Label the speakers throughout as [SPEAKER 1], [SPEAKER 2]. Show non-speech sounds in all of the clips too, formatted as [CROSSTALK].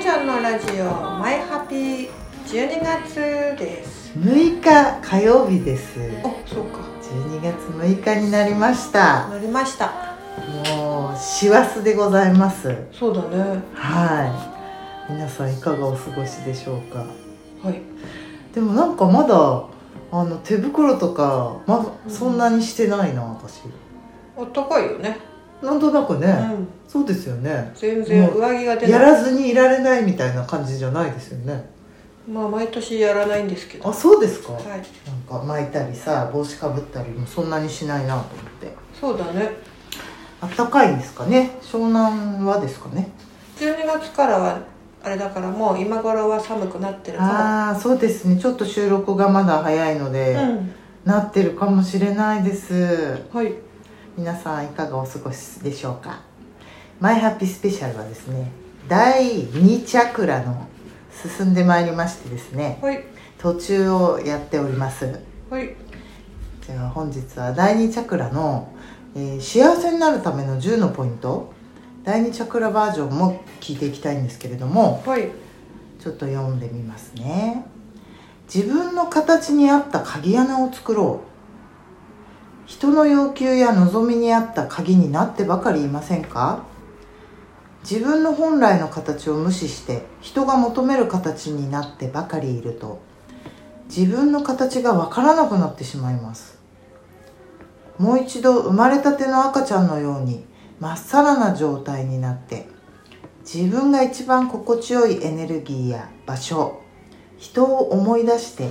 [SPEAKER 1] さんのラジオマイハピー12月です
[SPEAKER 2] 6日火曜日です
[SPEAKER 1] あそうか
[SPEAKER 2] 12月6日になりました
[SPEAKER 1] なりました
[SPEAKER 2] もう師走でございます
[SPEAKER 1] そうだね
[SPEAKER 2] はい皆さんいかがお過ごしでしょうか
[SPEAKER 1] はい
[SPEAKER 2] でもなんかまだあの手袋とかまそんなにしてないな私
[SPEAKER 1] あったかいよね
[SPEAKER 2] なんとなくね、
[SPEAKER 1] うん
[SPEAKER 2] そうですよね
[SPEAKER 1] 全然上着が出
[SPEAKER 2] や
[SPEAKER 1] ない
[SPEAKER 2] らずにいられないみたいな感じじゃないですよね
[SPEAKER 1] まあ毎年やらないんですけど
[SPEAKER 2] あ
[SPEAKER 1] は
[SPEAKER 2] そうです
[SPEAKER 1] い
[SPEAKER 2] か、なんか巻いたりさ帽子かぶったりもそんなにしないなと思って
[SPEAKER 1] そうだね
[SPEAKER 2] あったかいんですかね湘南はですかね
[SPEAKER 1] 12月からはあれだからもう今頃は寒くなってるか
[SPEAKER 2] ああそうですねちょっと収録がまだ早いので、
[SPEAKER 1] らうん
[SPEAKER 2] なってるかもしれないです
[SPEAKER 1] はい
[SPEAKER 2] 皆さんいかがお過ごしでしょうかマイハッピースペシャルはですね第2チャクラの進んでまいりましてですね
[SPEAKER 1] はい
[SPEAKER 2] 途中をやっております
[SPEAKER 1] はい
[SPEAKER 2] じゃあ本日は第2チャクラの、えー幸せになるための10のポイント第2チャクラバージョンも聞いていきたいんですけれども
[SPEAKER 1] はい
[SPEAKER 2] ちょっと読んでみますね自分の形に合った鍵穴を作ろう人の要求や望みに合った鍵になってばかりいませんか自分の本来の形を無視して人が求める形になってばかりいると自分の形がわからなくなってしまいますもう一度生まれたての赤ちゃんのようにまっさらな状態になって自分が一番心地よいエネルギーや場所人を思い出して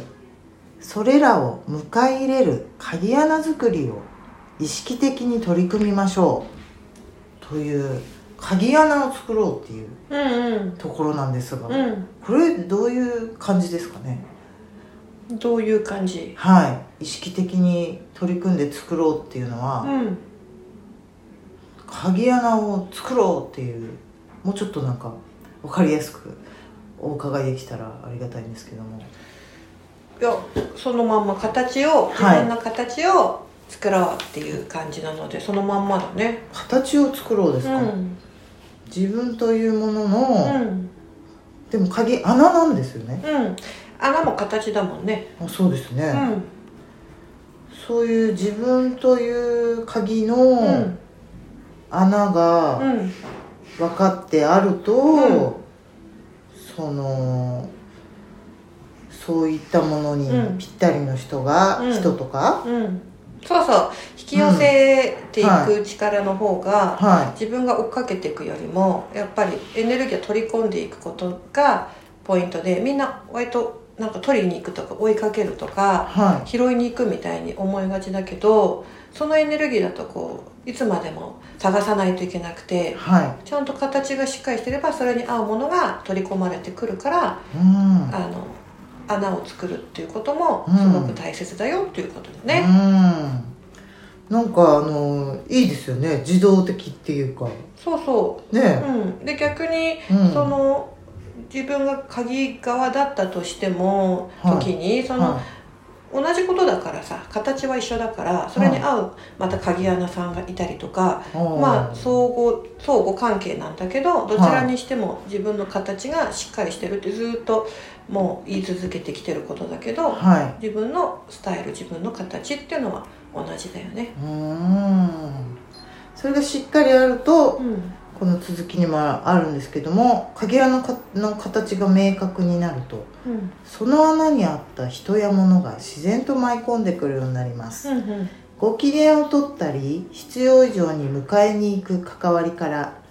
[SPEAKER 2] それらを迎え入れる鍵穴作りを意識的に取り組みましょうという鍵穴を作ろうっていう
[SPEAKER 1] うん
[SPEAKER 2] ところなんですが、
[SPEAKER 1] うん
[SPEAKER 2] これどういう感じですかね
[SPEAKER 1] うんどういう感じ
[SPEAKER 2] はい意識的に取り組んで作ろうっていうのは、
[SPEAKER 1] うん
[SPEAKER 2] 鍵穴を作ろうっていうもうちょっとなんか分かりやすくお伺いできたらありがたいんですけども
[SPEAKER 1] いやそのまんま形を自
[SPEAKER 2] はい
[SPEAKER 1] 分の形を作ろうっていう感じなので、そのまんまだね
[SPEAKER 2] 形を作ろうですか、
[SPEAKER 1] ん
[SPEAKER 2] 自分というもの
[SPEAKER 1] う
[SPEAKER 2] の、
[SPEAKER 1] ん
[SPEAKER 2] でも鍵穴なんですよね
[SPEAKER 1] うん穴も形だもんね
[SPEAKER 2] あそうですね、
[SPEAKER 1] うん
[SPEAKER 2] そういう自分という鍵
[SPEAKER 1] う
[SPEAKER 2] の
[SPEAKER 1] ん
[SPEAKER 2] 穴が、
[SPEAKER 1] うん
[SPEAKER 2] 分かってあると、
[SPEAKER 1] うん
[SPEAKER 2] そのそういったものに
[SPEAKER 1] うん
[SPEAKER 2] ぴったりの人が、
[SPEAKER 1] うん
[SPEAKER 2] 人とか、
[SPEAKER 1] うんそうそう引き寄せていく力の方が、
[SPEAKER 2] は
[SPEAKER 1] 自分が追っかけていくよりもやっぱりエネルギーを取り込んでいくことがポイントでみんな割となんか取りに行くとか追いかけると
[SPEAKER 2] い
[SPEAKER 1] か
[SPEAKER 2] は
[SPEAKER 1] 拾いに行くみたいに思いがちだけどそのエネルギーだとこういつまでも探さないといけなく
[SPEAKER 2] い
[SPEAKER 1] て
[SPEAKER 2] は
[SPEAKER 1] ちゃんと形がしっかりしてればそれに合うものが取り込まれてくるから
[SPEAKER 2] いうん
[SPEAKER 1] あの穴を作るっていうことも
[SPEAKER 2] うん
[SPEAKER 1] すごく大切だよっていうことだ
[SPEAKER 2] う
[SPEAKER 1] ね、
[SPEAKER 2] んなんかあのいいですよね自動的っていうか
[SPEAKER 1] そうそ
[SPEAKER 2] ね
[SPEAKER 1] う、うん、で逆に
[SPEAKER 2] うん
[SPEAKER 1] その自分が鍵側だったとしても、
[SPEAKER 2] はい
[SPEAKER 1] 時にその、
[SPEAKER 2] は
[SPEAKER 1] 同じことだからさ形は一緒だからそれに合うまた鍵穴さんがいたりとか、
[SPEAKER 2] いおー
[SPEAKER 1] まあ相互相互関係なんだけどどちらにしても自分の形がしっかりしてるってずっともう言い続けてきてることだけど
[SPEAKER 2] はい
[SPEAKER 1] 自分のスタイル自分の形っていうのは同じだよね。
[SPEAKER 2] うんそれがしっかりあると
[SPEAKER 1] うん、
[SPEAKER 2] この続きにもあるんですけども鍵穴のかの形が明確になると
[SPEAKER 1] うん、
[SPEAKER 2] その穴にあった人や物が自然と舞い込んでくるようになります、
[SPEAKER 1] うん、うん、
[SPEAKER 2] ご機嫌を取ったり必要以上に迎えに行く関わりから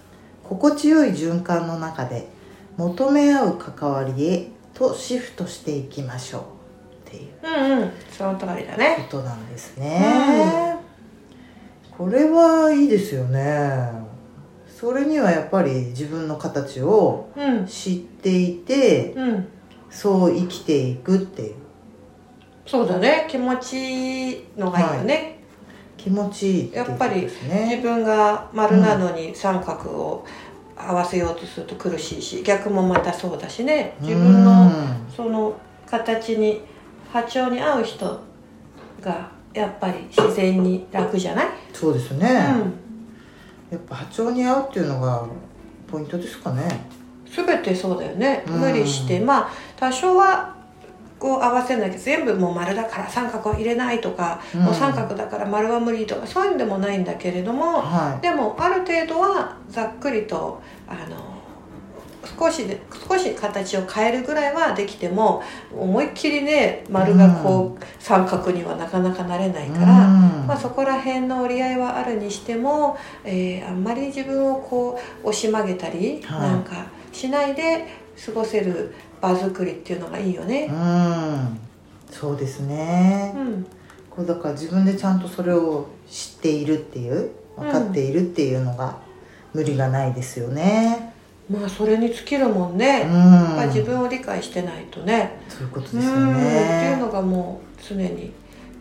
[SPEAKER 2] 心地よい循環の中で求め合う関わりへとシフトしていきましょうっていう
[SPEAKER 1] うん、うん、その通りだ
[SPEAKER 2] こ
[SPEAKER 1] ね。
[SPEAKER 2] となんですね、これはいいですよねそれにはやっぱり自分の形を
[SPEAKER 1] うん、
[SPEAKER 2] 知っていて
[SPEAKER 1] うん、
[SPEAKER 2] そう生きていくっていう
[SPEAKER 1] そうだね。気持ちいいのがいいよね。
[SPEAKER 2] 気持ちいいっていうことです
[SPEAKER 1] 自
[SPEAKER 2] ね
[SPEAKER 1] 分が丸なのに三角を合わせようとすると苦しいし、逆もまたそうだしね。自分のその形に波長に合う人がやっぱり自然に楽じゃない、
[SPEAKER 2] うんそうです
[SPEAKER 1] う
[SPEAKER 2] ね、
[SPEAKER 1] ん、
[SPEAKER 2] やっぱ波長に合うっていうのがポイントですかね
[SPEAKER 1] 全てそうだよね
[SPEAKER 2] うん
[SPEAKER 1] 無理して、まあ多少はこう合わせないけど全部もう丸だから三角は入れないとか、
[SPEAKER 2] うん
[SPEAKER 1] もう三角だから丸は無理とかそういうんでもないんだけれども
[SPEAKER 2] は
[SPEAKER 1] でもある程度はざっくりとあの少しで少し形を変えるぐらいはできても思いっきりね丸がこう、三角にはなかなかなれない
[SPEAKER 2] い
[SPEAKER 1] から。
[SPEAKER 2] うん
[SPEAKER 1] まあ、そこら辺の折り合いはあるにしても、えーあんまり自分をこう押し曲げたり
[SPEAKER 2] はい
[SPEAKER 1] なんかしないで過ごせる場作りっていうのがいいよね。
[SPEAKER 2] うんそうですね、
[SPEAKER 1] うん、
[SPEAKER 2] こうだから自分でちゃんとそれを知っているっていう分かっているっていうのが無理がないですよね。
[SPEAKER 1] まあそれに尽きるもん
[SPEAKER 2] う
[SPEAKER 1] ね、
[SPEAKER 2] ん、
[SPEAKER 1] やっぱり自分を理解してないとね
[SPEAKER 2] そういうこと
[SPEAKER 1] う
[SPEAKER 2] で
[SPEAKER 1] ん
[SPEAKER 2] すよ
[SPEAKER 1] っていう
[SPEAKER 2] ね。
[SPEAKER 1] のがもう常に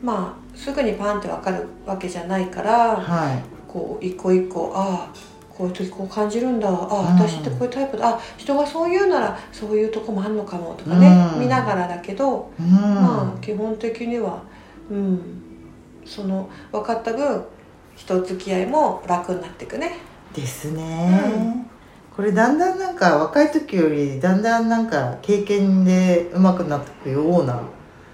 [SPEAKER 1] まあすぐにパンってわかるわけじゃないから
[SPEAKER 2] は
[SPEAKER 1] こう一個一個ああこういう時こう感じるんだああ
[SPEAKER 2] うん
[SPEAKER 1] 私ってこういうタイプだあ人がそう言うならそういうとこもあんのかもとかね、
[SPEAKER 2] うん
[SPEAKER 1] 見ながらだけど
[SPEAKER 2] い。うん、
[SPEAKER 1] まあ基本的には、うん、その分かった分人付き合いも楽になっていくね。
[SPEAKER 2] ですね、これだんだんなんか若い時よりだんだんなんか経験で上手くなっていくような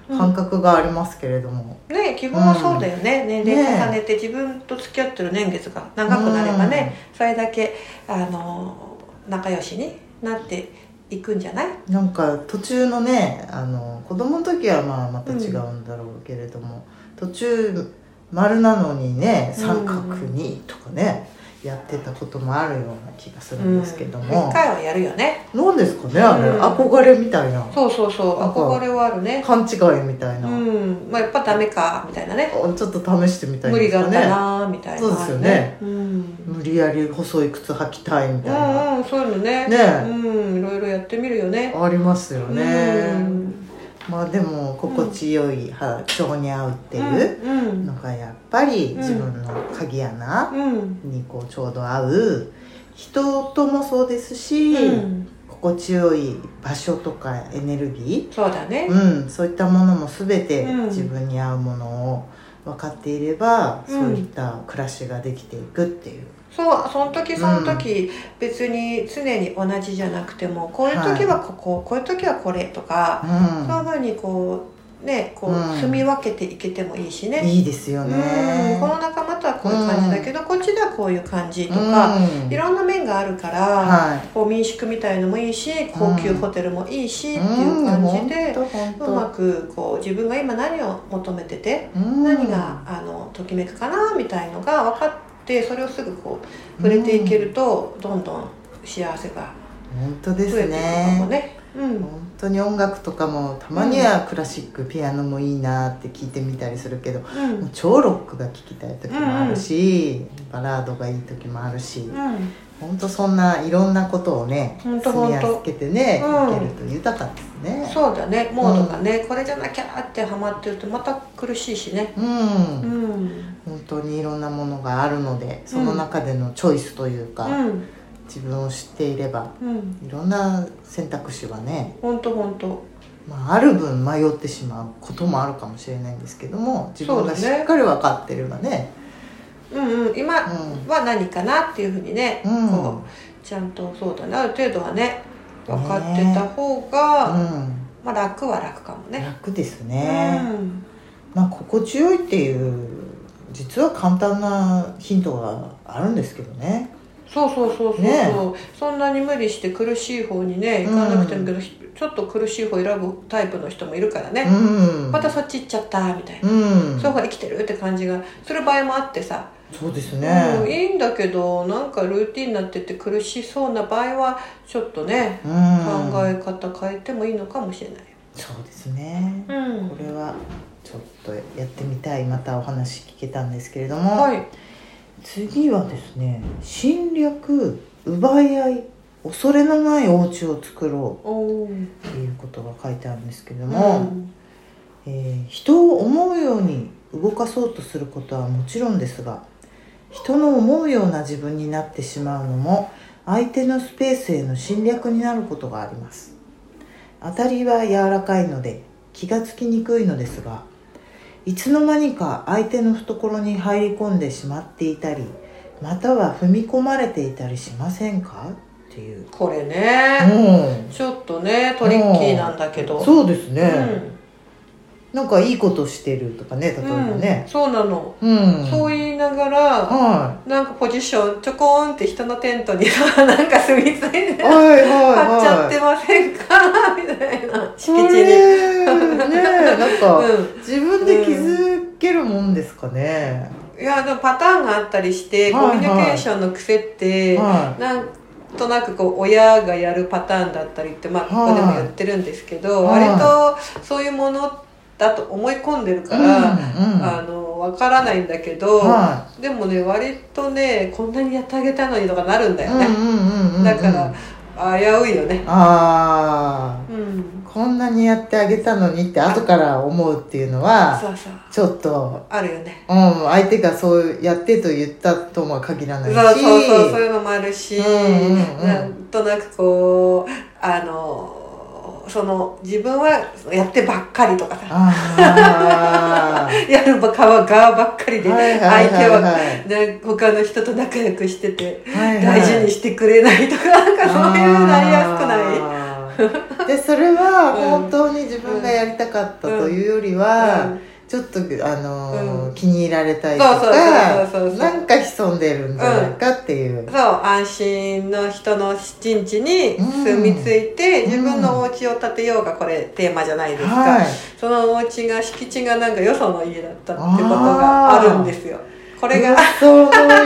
[SPEAKER 2] 感覚がありますけれども、
[SPEAKER 1] ね基本はそうだよね、年齢重ねて自分と付き合ってる年月が長くなればね、それだけあの仲良しになっていくんじゃない、
[SPEAKER 2] なんか途中のねあの子供の時はまあまた違うんだろうけれども、途中丸なのにね三角にとかね、やってたこともあるような気がするんですけども
[SPEAKER 1] 一、回はやるよね
[SPEAKER 2] なんですかねあれ、
[SPEAKER 1] うん
[SPEAKER 2] 憧れみたいな
[SPEAKER 1] そうそうそう
[SPEAKER 2] なんか
[SPEAKER 1] 憧れはあるね
[SPEAKER 2] 勘違いみたいな、
[SPEAKER 1] うんまあやっぱダメかみたいなね
[SPEAKER 2] おちょっと試してみたいん
[SPEAKER 1] 無理
[SPEAKER 2] です
[SPEAKER 1] があ
[SPEAKER 2] か
[SPEAKER 1] っ
[SPEAKER 2] ね
[SPEAKER 1] たなみたいなのあるうん
[SPEAKER 2] 無理やり細い靴履きたいみたいな、
[SPEAKER 1] うんうんそういうのね
[SPEAKER 2] ね
[SPEAKER 1] うんいろいろやってみるよね
[SPEAKER 2] ありますよね、
[SPEAKER 1] うん
[SPEAKER 2] まあでも心地よい波長に合うって
[SPEAKER 1] う
[SPEAKER 2] いうんのがやっぱり
[SPEAKER 1] ん
[SPEAKER 2] 自分の鍵穴
[SPEAKER 1] うん
[SPEAKER 2] にこうちょうど合う人ともそうですし、
[SPEAKER 1] うん
[SPEAKER 2] 心地よい場所とかエネルギ
[SPEAKER 1] そうだね
[SPEAKER 2] ー、うん、そういったものも全て
[SPEAKER 1] うん
[SPEAKER 2] 自分に合うものを分かっていれ
[SPEAKER 1] う
[SPEAKER 2] ば、
[SPEAKER 1] ん
[SPEAKER 2] そういった暮らしができていくっていう。
[SPEAKER 1] そうその時その時別に常に同じじゃなくてもこういう時はこここういう時はこれとか
[SPEAKER 2] うん
[SPEAKER 1] そういうふうにこうねこ
[SPEAKER 2] うん
[SPEAKER 1] う住み分けていけてもいいしね
[SPEAKER 2] いいですよ
[SPEAKER 1] う
[SPEAKER 2] ね。
[SPEAKER 1] んこの仲間とはこういう感じだけどこっちではこういう感じとか
[SPEAKER 2] うん
[SPEAKER 1] いろんな面があるから
[SPEAKER 2] はい。
[SPEAKER 1] こう民宿みたいのもいいし高級ホテルもいいしっていう感じでうまくこう自分が今何を求めてて何があのときめくかなみたいのが分かってそれをすぐこう触れていけるとどんどん幸せが
[SPEAKER 2] 本当で
[SPEAKER 1] 増えて
[SPEAKER 2] す
[SPEAKER 1] いくのも
[SPEAKER 2] ね
[SPEAKER 1] ね。うん
[SPEAKER 2] 本当に音楽とかもたまにはクラシック、ピアノもいいなって聞いてみたりするけども
[SPEAKER 1] うん
[SPEAKER 2] う超ロックが聴きたい時もあるし、バラードがいい時もあるし、
[SPEAKER 1] うん
[SPEAKER 2] 本当そんないろんなことをね
[SPEAKER 1] ほんと
[SPEAKER 2] 住みやすけてね、
[SPEAKER 1] ほんと
[SPEAKER 2] いけると豊かですね。
[SPEAKER 1] そうだねモードがねこれじゃなきゃってハマってるとまた苦しいしね
[SPEAKER 2] うん、
[SPEAKER 1] うん
[SPEAKER 2] 本当にいろんなものがあるのでその中でのチョイスという
[SPEAKER 1] う
[SPEAKER 2] か、
[SPEAKER 1] ん
[SPEAKER 2] 自分を知っていれば
[SPEAKER 1] うん
[SPEAKER 2] いろんな選択肢はね、
[SPEAKER 1] ほんとほんと
[SPEAKER 2] まあ、ある分迷ってしまうこともあるかもしれないんですけども自分がしっかり分かってればね
[SPEAKER 1] うんうん今は何かなっていうふうにね
[SPEAKER 2] うん
[SPEAKER 1] こうちゃんとそうだねある程度はね分かってた方が、
[SPEAKER 2] うん、
[SPEAKER 1] まあ、楽は楽かもね。
[SPEAKER 2] 楽です
[SPEAKER 1] う
[SPEAKER 2] ね、
[SPEAKER 1] ん
[SPEAKER 2] まあ心地よいっていう実は簡単なヒントがあるんですけどね
[SPEAKER 1] そうそうそうそうそう、
[SPEAKER 2] ね
[SPEAKER 1] そんなに無理して苦しい方にね行かなくてもいいけど、ひちょっと苦しい方選ぶタイプの人もいるから
[SPEAKER 2] う
[SPEAKER 1] ね、
[SPEAKER 2] ん
[SPEAKER 1] またそっち行っちゃったみたいな、
[SPEAKER 2] うん
[SPEAKER 1] その方が生きてるって感じがする場合もあってさ、
[SPEAKER 2] そうです
[SPEAKER 1] うん
[SPEAKER 2] ね
[SPEAKER 1] いいんだけどなんかルーティンになってて苦しそうな場合はちょっとね、
[SPEAKER 2] うん
[SPEAKER 1] 考え方変えてもいいのかもしれない。
[SPEAKER 2] そうですね
[SPEAKER 1] うん
[SPEAKER 2] これはちょっとやってみたいまたお話聞けたんですけれども、
[SPEAKER 1] はい、
[SPEAKER 2] 次はですね侵略奪い合い恐れのないお家を作ろ
[SPEAKER 1] おー
[SPEAKER 2] うっていうことが書いてあるんですけど
[SPEAKER 1] う
[SPEAKER 2] も、
[SPEAKER 1] ん
[SPEAKER 2] えー人を思うように動かそうとすることはもちろんですが人の思うような自分になってしまうのも相手のスペースへの侵略になることがあります当たりは柔らかいので気がつきにくいのですがいつの間にか相手の懐に入り込んでしまっていたりまたは踏み込まれていたりしませんかっていう、
[SPEAKER 1] これね、
[SPEAKER 2] う
[SPEAKER 1] ちょっとねトリッキーなんだけど、
[SPEAKER 2] ん、そうです
[SPEAKER 1] う
[SPEAKER 2] ね、なんかいいことしてるとかね例えば
[SPEAKER 1] んうん
[SPEAKER 2] ね、
[SPEAKER 1] そうなの、
[SPEAKER 2] うん
[SPEAKER 1] そう言いながら、
[SPEAKER 2] は
[SPEAKER 1] なんかポジションちょこんって人のテントにさ [LAUGHS] なんか住み着い
[SPEAKER 2] い
[SPEAKER 1] [LAUGHS] て
[SPEAKER 2] はいはい
[SPEAKER 1] 買っちゃ
[SPEAKER 2] はい
[SPEAKER 1] ってませんかみたいな敷地
[SPEAKER 2] それ
[SPEAKER 1] に。 [LAUGHS]
[SPEAKER 2] ねなんか、
[SPEAKER 1] う
[SPEAKER 2] 自分で気づけるもんですかね、
[SPEAKER 1] ん、いやでもパターンがあったりして、
[SPEAKER 2] はいはい
[SPEAKER 1] コミュニケーションの癖って、
[SPEAKER 2] は
[SPEAKER 1] なんとなくこう親がやるパターンだったりって、まあ、ここでも言ってるんですけど、
[SPEAKER 2] はい
[SPEAKER 1] 割とそういうものだと思い込んでる
[SPEAKER 2] い
[SPEAKER 1] から、
[SPEAKER 2] うんうん
[SPEAKER 1] あのわからないんだけど、
[SPEAKER 2] は
[SPEAKER 1] でもね割とねこんなにやってあげたのにとかなるんだ
[SPEAKER 2] い
[SPEAKER 1] よね、
[SPEAKER 2] うんうんうんう
[SPEAKER 1] [LAUGHS]
[SPEAKER 2] ん
[SPEAKER 1] だから危ういよね。
[SPEAKER 2] あ
[SPEAKER 1] うん
[SPEAKER 2] あ、こんなにやってあげたのにって後から思うっていうのは
[SPEAKER 1] そうそう
[SPEAKER 2] ちょっと、
[SPEAKER 1] あるよね。
[SPEAKER 2] うん、相手がそうやってと言ったとも限らな
[SPEAKER 1] そう
[SPEAKER 2] いし
[SPEAKER 1] そうそうそういうのもあるし、
[SPEAKER 2] うんうんうん
[SPEAKER 1] なんとなくこうあのその自分はやってばっかりとかさ
[SPEAKER 2] あ
[SPEAKER 1] やるばかは側ばっかり [LAUGHS]
[SPEAKER 2] ー
[SPEAKER 1] で、
[SPEAKER 2] はいはい
[SPEAKER 1] 相手
[SPEAKER 2] はい
[SPEAKER 1] は、
[SPEAKER 2] はい
[SPEAKER 1] ね、他の人と仲良くしてて
[SPEAKER 2] はいはい
[SPEAKER 1] 大事にしてくれないとかなんか [LAUGHS] そういうなりやすくない
[SPEAKER 2] くないでそれは
[SPEAKER 1] うん
[SPEAKER 2] 本当に自分がやりたかったというよりは、
[SPEAKER 1] うん
[SPEAKER 2] ちょっと、あのー
[SPEAKER 1] うん
[SPEAKER 2] 気に入られたいとか
[SPEAKER 1] そうそうそうそうそうそう
[SPEAKER 2] なんか潜んでるんじゃないかっていう、
[SPEAKER 1] そう安心の人の陣地に住み着いて、
[SPEAKER 2] うん
[SPEAKER 1] 自分のお家を建てようがこれテーマじゃないですか、
[SPEAKER 2] はい
[SPEAKER 1] そのお家が敷地がなんかよその家だったってことがあるんですよこ
[SPEAKER 2] こ
[SPEAKER 1] れが
[SPEAKER 2] そう家やだ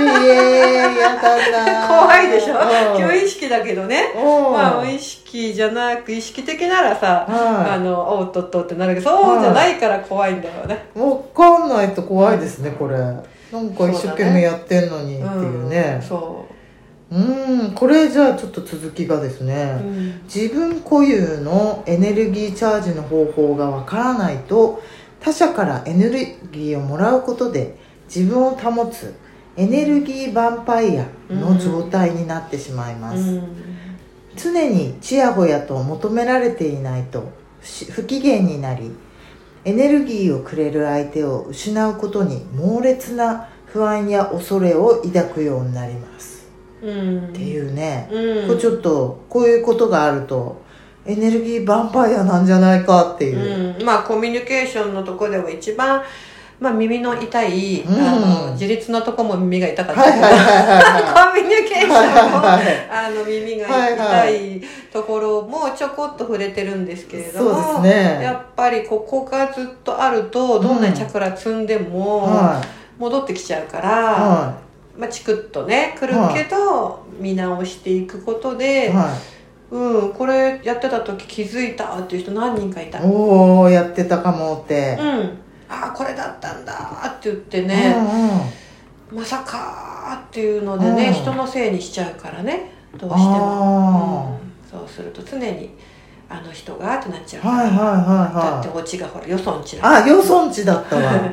[SPEAKER 1] [LAUGHS]
[SPEAKER 2] な
[SPEAKER 1] 怖いでしょ
[SPEAKER 2] うん
[SPEAKER 1] 今日意識だけどね
[SPEAKER 2] うん
[SPEAKER 1] まあ無意識じゃなく意識的ならさあ
[SPEAKER 2] は
[SPEAKER 1] のおうっとっとってなるけどそうじゃないから怖いんだよね
[SPEAKER 2] いわかんないと怖いですねこれなんか一生懸命やってんのにっていう
[SPEAKER 1] うん
[SPEAKER 2] ね
[SPEAKER 1] そう
[SPEAKER 2] ーんこれじゃあちょっと続きがです
[SPEAKER 1] う、う
[SPEAKER 2] ね、
[SPEAKER 1] ん
[SPEAKER 2] 自分固有のエネルギーチャージの方法がわからないと他者からエネルギーをもらうことで自分を保つエネルギーヴァンパイアの状態になってしまいます、
[SPEAKER 1] うん
[SPEAKER 2] 常にちやほやと求められていないとし不機嫌になりエネルギーをくれる相手を失うことに猛烈な不安や恐れを抱くようになります、
[SPEAKER 1] うん、
[SPEAKER 2] っていうね、
[SPEAKER 1] うん、
[SPEAKER 2] これちょっとこういうことがあるとエネルギーヴァンパイアなんじゃないかって [LAUGHS] いう、
[SPEAKER 1] うん、まあコミュニケーションのとこでも一番、まあ、耳の痛い、
[SPEAKER 2] うん
[SPEAKER 1] あの自立のとこも耳が痛かった
[SPEAKER 2] はいは
[SPEAKER 1] け
[SPEAKER 2] いはい
[SPEAKER 1] ど
[SPEAKER 2] は
[SPEAKER 1] コミュニケーションも、
[SPEAKER 2] はいはいはい
[SPEAKER 1] あの耳が
[SPEAKER 2] はいは
[SPEAKER 1] 痛
[SPEAKER 2] い
[SPEAKER 1] いところもちょこっと触れてるんですけれども
[SPEAKER 2] そうですね
[SPEAKER 1] やっぱりここがずっとあるとどんなにチャクラ積んで
[SPEAKER 2] い
[SPEAKER 1] も
[SPEAKER 2] はい
[SPEAKER 1] 戻ってきちゃうから、
[SPEAKER 2] は
[SPEAKER 1] まあ、チクッとねくるけど、見直していくこと
[SPEAKER 2] い
[SPEAKER 1] で、
[SPEAKER 2] は
[SPEAKER 1] うんこれやってた時気づいたっていう人何人かいた
[SPEAKER 2] いおおやってたかもって、
[SPEAKER 1] うん、ああこれだったんだって言って
[SPEAKER 2] うん
[SPEAKER 1] ね、
[SPEAKER 2] うん
[SPEAKER 1] まさかーっていうのでね、
[SPEAKER 2] うん
[SPEAKER 1] 人のせいにしちゃうからねどうして
[SPEAKER 2] あ
[SPEAKER 1] も、うんそうすると常にあの人がってなっちゃうから、
[SPEAKER 2] はいはいはい
[SPEAKER 1] だ
[SPEAKER 2] は
[SPEAKER 1] っ
[SPEAKER 2] い
[SPEAKER 1] てお家がほらよそんちだ、
[SPEAKER 2] あ、よそんちだったわ。
[SPEAKER 1] [LAUGHS]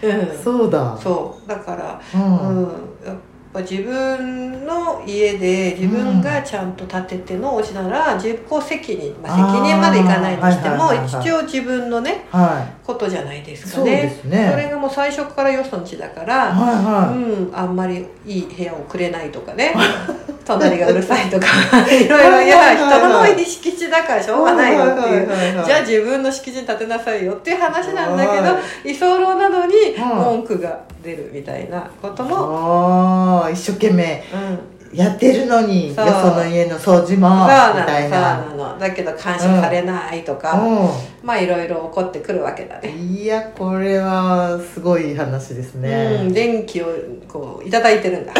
[SPEAKER 1] うん、そ
[SPEAKER 2] そうだ。
[SPEAKER 1] うだから、
[SPEAKER 2] う。
[SPEAKER 1] うん
[SPEAKER 2] うん。
[SPEAKER 1] やっぱ自分の家で自分がちゃんと建ててのお家なら自己責任、まあ、
[SPEAKER 2] あー
[SPEAKER 1] 責任までいかないにしても、
[SPEAKER 2] はいはいはいはい
[SPEAKER 1] 一応自分のね
[SPEAKER 2] は
[SPEAKER 1] ことじゃないで
[SPEAKER 2] い。
[SPEAKER 1] す
[SPEAKER 2] そ
[SPEAKER 1] か
[SPEAKER 2] うで
[SPEAKER 1] ねそ
[SPEAKER 2] す
[SPEAKER 1] れ
[SPEAKER 2] ね。
[SPEAKER 1] がもう最初からよそんちだから、
[SPEAKER 2] は
[SPEAKER 1] うん、あんまりいい部屋をくれないとかね [LAUGHS] 隣がうるさいとか [LAUGHS] いろいろい
[SPEAKER 2] はい
[SPEAKER 1] や
[SPEAKER 2] はいはいはい
[SPEAKER 1] 人の敷地だからし
[SPEAKER 2] いはい。
[SPEAKER 1] ょうがないよっていう。
[SPEAKER 2] う
[SPEAKER 1] じゃあ自分の敷地に建てなさいよっていう話なんだ
[SPEAKER 2] は
[SPEAKER 1] けど居候なのに
[SPEAKER 2] はい
[SPEAKER 1] 文句が出るみたいなことも、
[SPEAKER 2] ああ、一生懸命
[SPEAKER 1] うん、
[SPEAKER 2] やってるのに、よ
[SPEAKER 1] そ
[SPEAKER 2] そ
[SPEAKER 1] う
[SPEAKER 2] の家の掃除も
[SPEAKER 1] そう
[SPEAKER 2] みた
[SPEAKER 1] なの
[SPEAKER 2] い
[SPEAKER 1] そう
[SPEAKER 2] な。
[SPEAKER 1] なのだけど感謝されないとか、まあいろいろ怒ってくるわけだ
[SPEAKER 2] う
[SPEAKER 1] ね。
[SPEAKER 2] ん。いや、これはすごい話です
[SPEAKER 1] うん、
[SPEAKER 2] ね。
[SPEAKER 1] 電気をこういただいてるん
[SPEAKER 2] [LAUGHS]
[SPEAKER 1] だ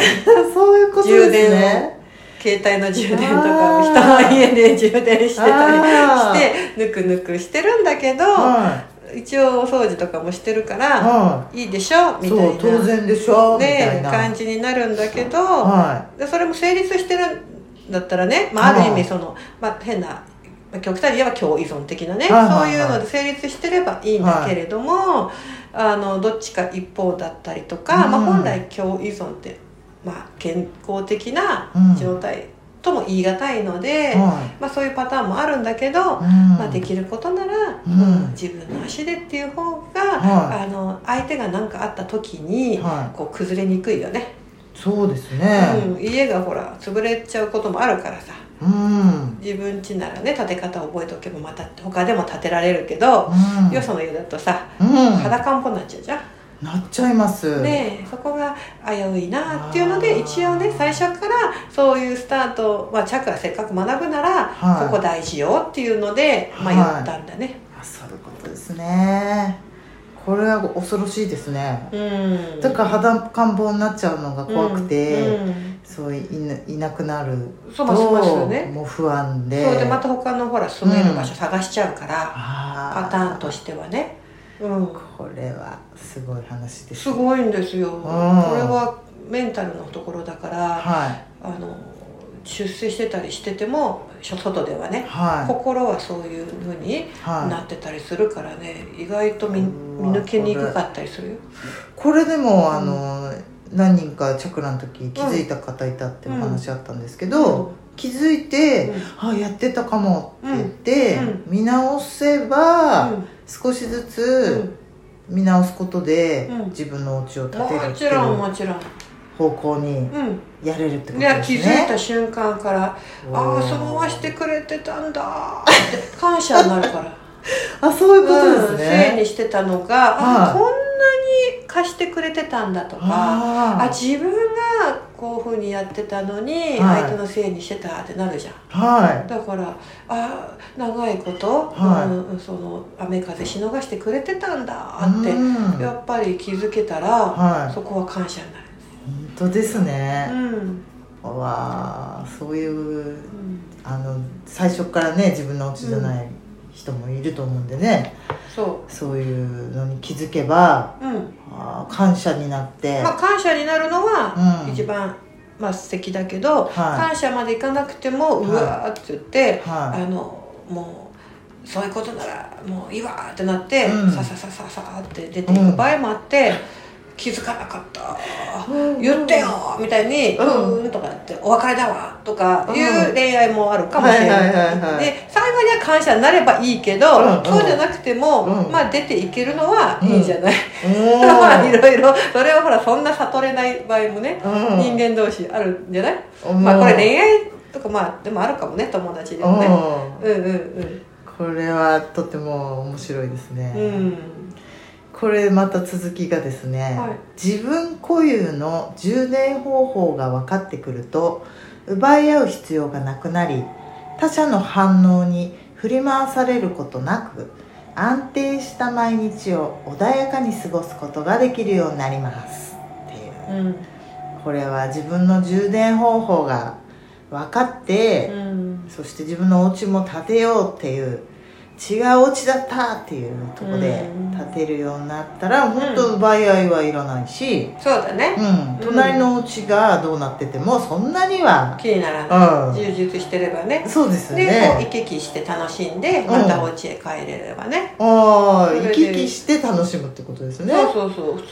[SPEAKER 2] そういうことですね。
[SPEAKER 1] 携帯の充電とかを人の家で充電してたり
[SPEAKER 2] あー
[SPEAKER 1] してぬくぬくしてるんだけど
[SPEAKER 2] は
[SPEAKER 1] 一応お掃除とかもしてるか
[SPEAKER 2] い。
[SPEAKER 1] ら
[SPEAKER 2] はい
[SPEAKER 1] いでしょみ
[SPEAKER 2] い。
[SPEAKER 1] たいな
[SPEAKER 2] そう、当然でしょみた
[SPEAKER 1] ね
[SPEAKER 2] いな。
[SPEAKER 1] 感じになるんだけど
[SPEAKER 2] は
[SPEAKER 1] でそれも成立してるんだったらね、まあ、ある意
[SPEAKER 2] はい
[SPEAKER 1] 味その、まあ、変なまあ極端に言えば共依存的なね、
[SPEAKER 2] はいはいはい
[SPEAKER 1] そういうので成立してればいいんだけれども、あのどっちか一方だったりとか、
[SPEAKER 2] うん
[SPEAKER 1] まあ、本来共依存って、まあ、健康的な状態とも言い難いので。
[SPEAKER 2] い。は
[SPEAKER 1] まあ、そういうパターンもあるんだけど、
[SPEAKER 2] い。うん
[SPEAKER 1] まあ、できることなら、
[SPEAKER 2] うん
[SPEAKER 1] うん自分の足でっていう方が、
[SPEAKER 2] は
[SPEAKER 1] あの相手が何かあった時に、
[SPEAKER 2] は
[SPEAKER 1] こう崩れにくいよね。
[SPEAKER 2] い。そうですね
[SPEAKER 1] うん、家がほら潰れちゃうこともあるからさ
[SPEAKER 2] うん、うん
[SPEAKER 1] 自分家ならね建て方覚えておけばまた他でも建てられるけど、よその家だとさ
[SPEAKER 2] うん、
[SPEAKER 1] 裸んぽになっちゃうじゃん、
[SPEAKER 2] なっちゃいます、
[SPEAKER 1] でそこが危ういなっていうので一応ね最初からそういうスタート、まあ、チャクラせっかく学ぶなら、
[SPEAKER 2] はい
[SPEAKER 1] ここ大事よっていうので、まあ、
[SPEAKER 2] はい
[SPEAKER 1] やったんだね、
[SPEAKER 2] あそういうことですねこれは恐ろしいですね
[SPEAKER 1] うん
[SPEAKER 2] だから肌感棒になっちゃうのが怖くて、
[SPEAKER 1] うんうん
[SPEAKER 2] そういないなくなる
[SPEAKER 1] そ
[SPEAKER 2] と
[SPEAKER 1] うますますよね
[SPEAKER 2] もう不安で
[SPEAKER 1] そうでまた他のほら住める場所探しちゃうから、
[SPEAKER 2] あ
[SPEAKER 1] パターンとしてはね、うん、
[SPEAKER 2] これはすごい話です
[SPEAKER 1] すごいんですよ、これはメンタルのところだから
[SPEAKER 2] は
[SPEAKER 1] あの出世してたりしてても外ではいね
[SPEAKER 2] は
[SPEAKER 1] 心はそういうふうに
[SPEAKER 2] いは
[SPEAKER 1] なってたりするからね意外と見
[SPEAKER 2] う
[SPEAKER 1] 見
[SPEAKER 2] わ
[SPEAKER 1] 抜けにくかったりするよ
[SPEAKER 2] いこれでも
[SPEAKER 1] ん
[SPEAKER 2] あの何人かチャクラの時気づいた方いたってお話あったんですけど気づいてあやってたかもって言って
[SPEAKER 1] うん
[SPEAKER 2] 見直せ
[SPEAKER 1] う
[SPEAKER 2] ば
[SPEAKER 1] ん
[SPEAKER 2] 少しず
[SPEAKER 1] うん
[SPEAKER 2] つ見直すことで
[SPEAKER 1] うん
[SPEAKER 2] 自分のお家を建てる
[SPEAKER 1] も
[SPEAKER 2] って
[SPEAKER 1] ち
[SPEAKER 2] い
[SPEAKER 1] ろん
[SPEAKER 2] う
[SPEAKER 1] もちろん、
[SPEAKER 2] 方向に
[SPEAKER 1] う
[SPEAKER 2] やれるっ
[SPEAKER 1] ん、
[SPEAKER 2] てこと
[SPEAKER 1] いや
[SPEAKER 2] です
[SPEAKER 1] 気づい
[SPEAKER 2] ね
[SPEAKER 1] た瞬間から「あ
[SPEAKER 2] お
[SPEAKER 1] あ
[SPEAKER 2] ー
[SPEAKER 1] そうはしてくれてたんだ」って [LAUGHS] 感謝になるから。
[SPEAKER 2] あ [LAUGHS] そういうこと
[SPEAKER 1] うん
[SPEAKER 2] です
[SPEAKER 1] せい
[SPEAKER 2] ね
[SPEAKER 1] にしてたのが、
[SPEAKER 2] はい
[SPEAKER 1] あこんなに貸してくれてたんだとかあ
[SPEAKER 2] あ
[SPEAKER 1] 自分がこういうふうにやってたのに、
[SPEAKER 2] はい
[SPEAKER 1] 相手のせいにしてたってなるじゃん
[SPEAKER 2] あはい
[SPEAKER 1] だからあ長いこと、
[SPEAKER 2] はい
[SPEAKER 1] うん、その雨風しのがしてくれてたんだって、
[SPEAKER 2] うん
[SPEAKER 1] やっぱり気づけたら、
[SPEAKER 2] はい
[SPEAKER 1] そこは感謝になる。
[SPEAKER 2] 本当です
[SPEAKER 1] う
[SPEAKER 2] ね、
[SPEAKER 1] ん
[SPEAKER 2] わあそういう
[SPEAKER 1] うん
[SPEAKER 2] あの最初からね自分のお家じゃない人もいると思うんでね、
[SPEAKER 1] そ
[SPEAKER 2] そういうのに気づけば
[SPEAKER 1] う、うん
[SPEAKER 2] あー感謝になって、
[SPEAKER 1] まあ、感謝になるのは
[SPEAKER 2] うん
[SPEAKER 1] 一番、まあ、素敵だけど、
[SPEAKER 2] は
[SPEAKER 1] 感謝までいかなくてもうわーって言って、
[SPEAKER 2] いは
[SPEAKER 1] あ
[SPEAKER 2] い
[SPEAKER 1] のもうそういうことならもういいわーってなって、
[SPEAKER 2] うん
[SPEAKER 1] さささささって出ていく場合もあって、気づかなかった言ってよーみたいに「う
[SPEAKER 2] うん
[SPEAKER 1] ーん」とかって「お別れだわ」とかい
[SPEAKER 2] うん
[SPEAKER 1] う恋愛もあるかもしれない,、
[SPEAKER 2] はいはいはいはい
[SPEAKER 1] で最後には感謝になればいいけど、
[SPEAKER 2] うんうん
[SPEAKER 1] そうじゃなくても、
[SPEAKER 2] うん
[SPEAKER 1] まあ出ていけるのはいいじゃない、
[SPEAKER 2] お
[SPEAKER 1] まあ [LAUGHS] い
[SPEAKER 2] ー
[SPEAKER 1] ろいろそれはほらそんな悟れない場合もね、
[SPEAKER 2] うん
[SPEAKER 1] 人間同士あるんじゃない、
[SPEAKER 2] うん
[SPEAKER 1] まあこれ恋愛とかまあでもあるかもね友達でもね、
[SPEAKER 2] うん
[SPEAKER 1] うんうん
[SPEAKER 2] これはとても面白いですね、
[SPEAKER 1] うんうん
[SPEAKER 2] これまた続きがですね、
[SPEAKER 1] はい
[SPEAKER 2] 自分固有の充電方法が分かってくると奪い合う必要がなくなり他者の反応に振り回されることなく安定した毎日を穏やかに過ごすことができるようになりますっていう
[SPEAKER 1] うん
[SPEAKER 2] これは自分の充電方法が分かって、
[SPEAKER 1] うん
[SPEAKER 2] そして自分のお家も建てようっていう違うお家だったっていうとこで
[SPEAKER 1] うん
[SPEAKER 2] 建てるようになったら、
[SPEAKER 1] ん
[SPEAKER 2] 本当奪い合いはいらないし、
[SPEAKER 1] そうだね
[SPEAKER 2] うん隣のお家がどうなっててもそんなには、
[SPEAKER 1] 気になら
[SPEAKER 2] う
[SPEAKER 1] ない
[SPEAKER 2] ん
[SPEAKER 1] 充実してればね
[SPEAKER 2] そうですよ
[SPEAKER 1] でこう
[SPEAKER 2] ね
[SPEAKER 1] 行き来して楽しんで
[SPEAKER 2] ん
[SPEAKER 1] またお家へ帰れればね
[SPEAKER 2] ああ
[SPEAKER 1] それ
[SPEAKER 2] 行
[SPEAKER 1] で
[SPEAKER 2] き来して楽しむってことですね
[SPEAKER 1] そうそうそう普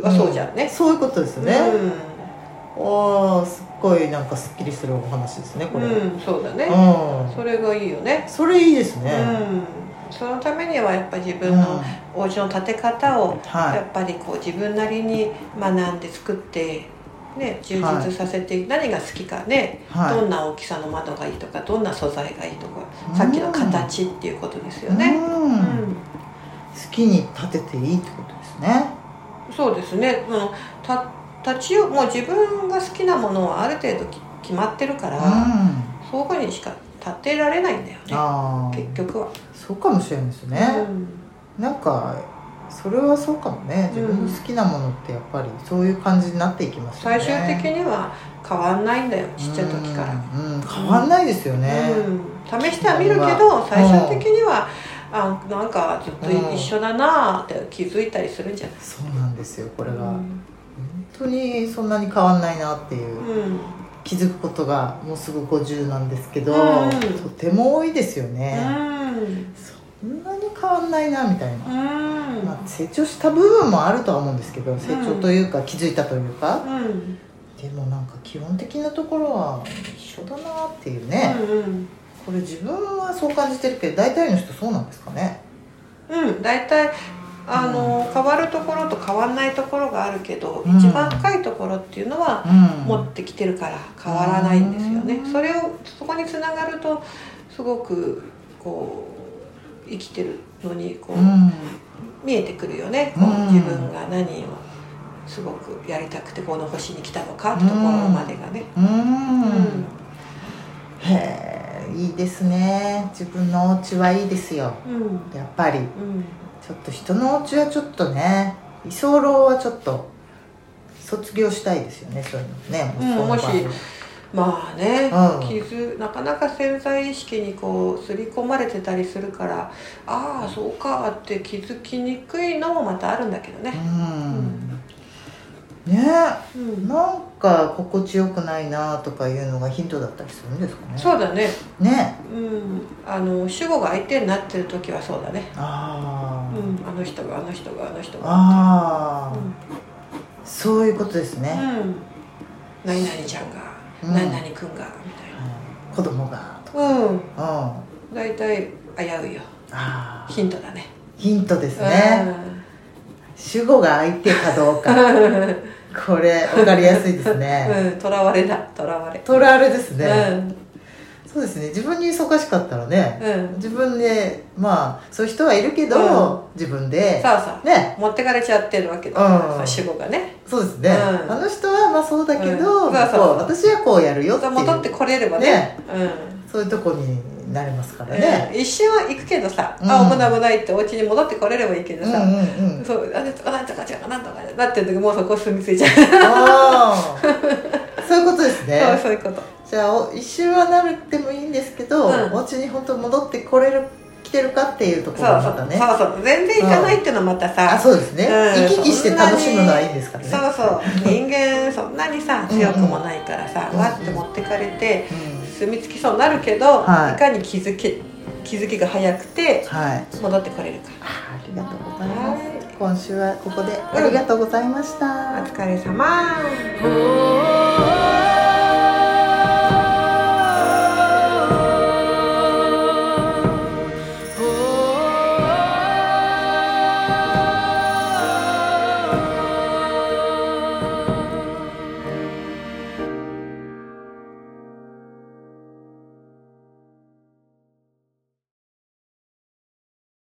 [SPEAKER 1] 通はそうじゃん
[SPEAKER 2] ん
[SPEAKER 1] ね
[SPEAKER 2] そういうことです
[SPEAKER 1] う
[SPEAKER 2] よ
[SPEAKER 1] ん
[SPEAKER 2] ね、ああすっごいなんかすっきりするお話ですねこれ、うん
[SPEAKER 1] うんそうだねそれがいいよね
[SPEAKER 2] それいいです
[SPEAKER 1] う
[SPEAKER 2] ね、
[SPEAKER 1] んそのためにはやっぱ自
[SPEAKER 2] う
[SPEAKER 1] 分
[SPEAKER 2] ん
[SPEAKER 1] のお家の建て方を
[SPEAKER 2] はい
[SPEAKER 1] やっぱりこう自分なりに学んで作ってね充実させて何が好きかね
[SPEAKER 2] はい
[SPEAKER 1] どんな大きさの窓がいいとかどんな素材がいいとか
[SPEAKER 2] うん
[SPEAKER 1] さっきの形っていうことですよね、
[SPEAKER 2] う
[SPEAKER 1] うん
[SPEAKER 2] ん好きに立てていいってことですね
[SPEAKER 1] そうですね、うん、た形をもう自分が好きなものはある程度き決まってるか
[SPEAKER 2] う
[SPEAKER 1] ら、
[SPEAKER 2] ん
[SPEAKER 1] そういうふうにしか立てられないんだよね
[SPEAKER 2] ああ
[SPEAKER 1] 結局は、
[SPEAKER 2] そうかもしれないです
[SPEAKER 1] う
[SPEAKER 2] ね、
[SPEAKER 1] ん
[SPEAKER 2] なんかそれはそうかもね自分の好きなものってやっぱりそういう感じになっていきますよね
[SPEAKER 1] 最終的には変わんないんだよちっちゃい時から、
[SPEAKER 2] うん、うん変わんないですよね、
[SPEAKER 1] うん、試してはみるけど最終的には、あなんかずっと一緒だなって気づいたりするんじゃない
[SPEAKER 2] そうなんですよこれが、
[SPEAKER 1] う
[SPEAKER 2] 本
[SPEAKER 1] ん
[SPEAKER 2] 当にそんなに変わんないなっていう、
[SPEAKER 1] うん
[SPEAKER 2] 気づくことがもうすぐ50なんですけど、
[SPEAKER 1] うん
[SPEAKER 2] とても多いですよね、
[SPEAKER 1] うん
[SPEAKER 2] そんなに変わんないなみたいな、
[SPEAKER 1] うん
[SPEAKER 2] まあ、成長した部分もあるとは思うんですけど成長というか気づいたというか、
[SPEAKER 1] うん
[SPEAKER 2] でもなんか基本的なところは一緒だなっていうね、
[SPEAKER 1] うん
[SPEAKER 2] これ自分はそう感じてるけど大体の人そうなんですかね
[SPEAKER 1] うん大体あの変わるところと変わんないところがあるけど、
[SPEAKER 2] うん
[SPEAKER 1] 一番深いところっていうのは
[SPEAKER 2] うん
[SPEAKER 1] 持ってきてるから変わらないんですよね、
[SPEAKER 2] うん
[SPEAKER 1] それをそこにつながるとすごくこう生きてるのにこう、
[SPEAKER 2] うん
[SPEAKER 1] 見えてくるよね、こう
[SPEAKER 2] うん
[SPEAKER 1] 自分が何をすごくやりたくてこの星に来たのかってところまでがね。
[SPEAKER 2] うん
[SPEAKER 1] うん
[SPEAKER 2] へえいいですね自分のお家はいいですよ
[SPEAKER 1] うん
[SPEAKER 2] やっぱり
[SPEAKER 1] うん
[SPEAKER 2] ちょっと人のお家はちょっとね居候はちょっと卒業したいですよねそういうのね、
[SPEAKER 1] うん
[SPEAKER 2] その場合
[SPEAKER 1] もしまあね、
[SPEAKER 2] うん
[SPEAKER 1] 傷なかなか潜在意識にこう刷り込まれてたりするからああそうかって気づきにくいのもまたあるんだけどね、
[SPEAKER 2] うん
[SPEAKER 1] う
[SPEAKER 2] ねえ
[SPEAKER 1] ん
[SPEAKER 2] なんか心地よくないなとかいうのがヒントだったりするんですかね
[SPEAKER 1] そうだね、
[SPEAKER 2] うね
[SPEAKER 1] うん、あの主語が相手になってる時はそうだね、
[SPEAKER 2] あ
[SPEAKER 1] う
[SPEAKER 2] ー、
[SPEAKER 1] ん、あの人があの人があの人が
[SPEAKER 2] あ
[SPEAKER 1] う
[SPEAKER 2] ー、
[SPEAKER 1] ん、
[SPEAKER 2] そういうことです
[SPEAKER 1] う
[SPEAKER 2] ね、
[SPEAKER 1] ん、何々ちゃんが、
[SPEAKER 2] うん
[SPEAKER 1] 何々くんがみたい
[SPEAKER 2] うん子供がと
[SPEAKER 1] なうん
[SPEAKER 2] か
[SPEAKER 1] 大体危ういよ
[SPEAKER 2] うんあー
[SPEAKER 1] ヒントだね
[SPEAKER 2] ヒントですね、主語が相手かどうかこれ分かりやすいですね
[SPEAKER 1] うんとらわれだとらわれ
[SPEAKER 2] とらあれです
[SPEAKER 1] う
[SPEAKER 2] ね、
[SPEAKER 1] ん
[SPEAKER 2] そうですね自分に忙しかったらね、
[SPEAKER 1] うん
[SPEAKER 2] 自分でまあそういう人はいるけど、自分で
[SPEAKER 1] そうそう
[SPEAKER 2] ね
[SPEAKER 1] 持ってかれちゃってるわけだ
[SPEAKER 2] うん
[SPEAKER 1] から主語がね
[SPEAKER 2] そうですね、
[SPEAKER 1] うん
[SPEAKER 2] あの人はまあそうだけど、
[SPEAKER 1] うんそうそう
[SPEAKER 2] こう私はこうやるよっていう
[SPEAKER 1] 戻ってこれればね
[SPEAKER 2] ね
[SPEAKER 1] うん
[SPEAKER 2] そういうとこになりますから
[SPEAKER 1] ね
[SPEAKER 2] ね、
[SPEAKER 1] 一瞬は行くけどさ、
[SPEAKER 2] うん
[SPEAKER 1] あ危ない危ないってお家に戻ってこれればいいけど
[SPEAKER 2] うん
[SPEAKER 1] さ、
[SPEAKER 2] うんうん
[SPEAKER 1] そうあれとかなんとかじゃんなんとかじゃんなってる時もうそこ住み着いちゃう、
[SPEAKER 2] あーそういうことですね
[SPEAKER 1] [LAUGHS] そうそういうこと
[SPEAKER 2] じゃあお一周はなるでもいいんですけど、
[SPEAKER 1] うん
[SPEAKER 2] お家に本当戻ってこれる来てるかっていうとこ
[SPEAKER 1] そ
[SPEAKER 2] ろが
[SPEAKER 1] う
[SPEAKER 2] ま
[SPEAKER 1] そ
[SPEAKER 2] た
[SPEAKER 1] う
[SPEAKER 2] ね
[SPEAKER 1] そうそう全然行かないっていうのはまたさ
[SPEAKER 2] あそうですね、
[SPEAKER 1] うん
[SPEAKER 2] 行き来して楽しむのはいいんですからね
[SPEAKER 1] そうそう人間そんなにさ
[SPEAKER 2] うん
[SPEAKER 1] 強くもないからさ、
[SPEAKER 2] うん
[SPEAKER 1] わって持ってかれて
[SPEAKER 2] うん
[SPEAKER 1] 住み着きそうになるけど、
[SPEAKER 2] はい
[SPEAKER 1] い、かに気づき気づきが早くて
[SPEAKER 2] はい
[SPEAKER 1] 戻ってこれるか
[SPEAKER 2] ありがとうございま
[SPEAKER 1] はい
[SPEAKER 2] す今週はここでありがとうございました、
[SPEAKER 1] お疲れ様
[SPEAKER 2] おー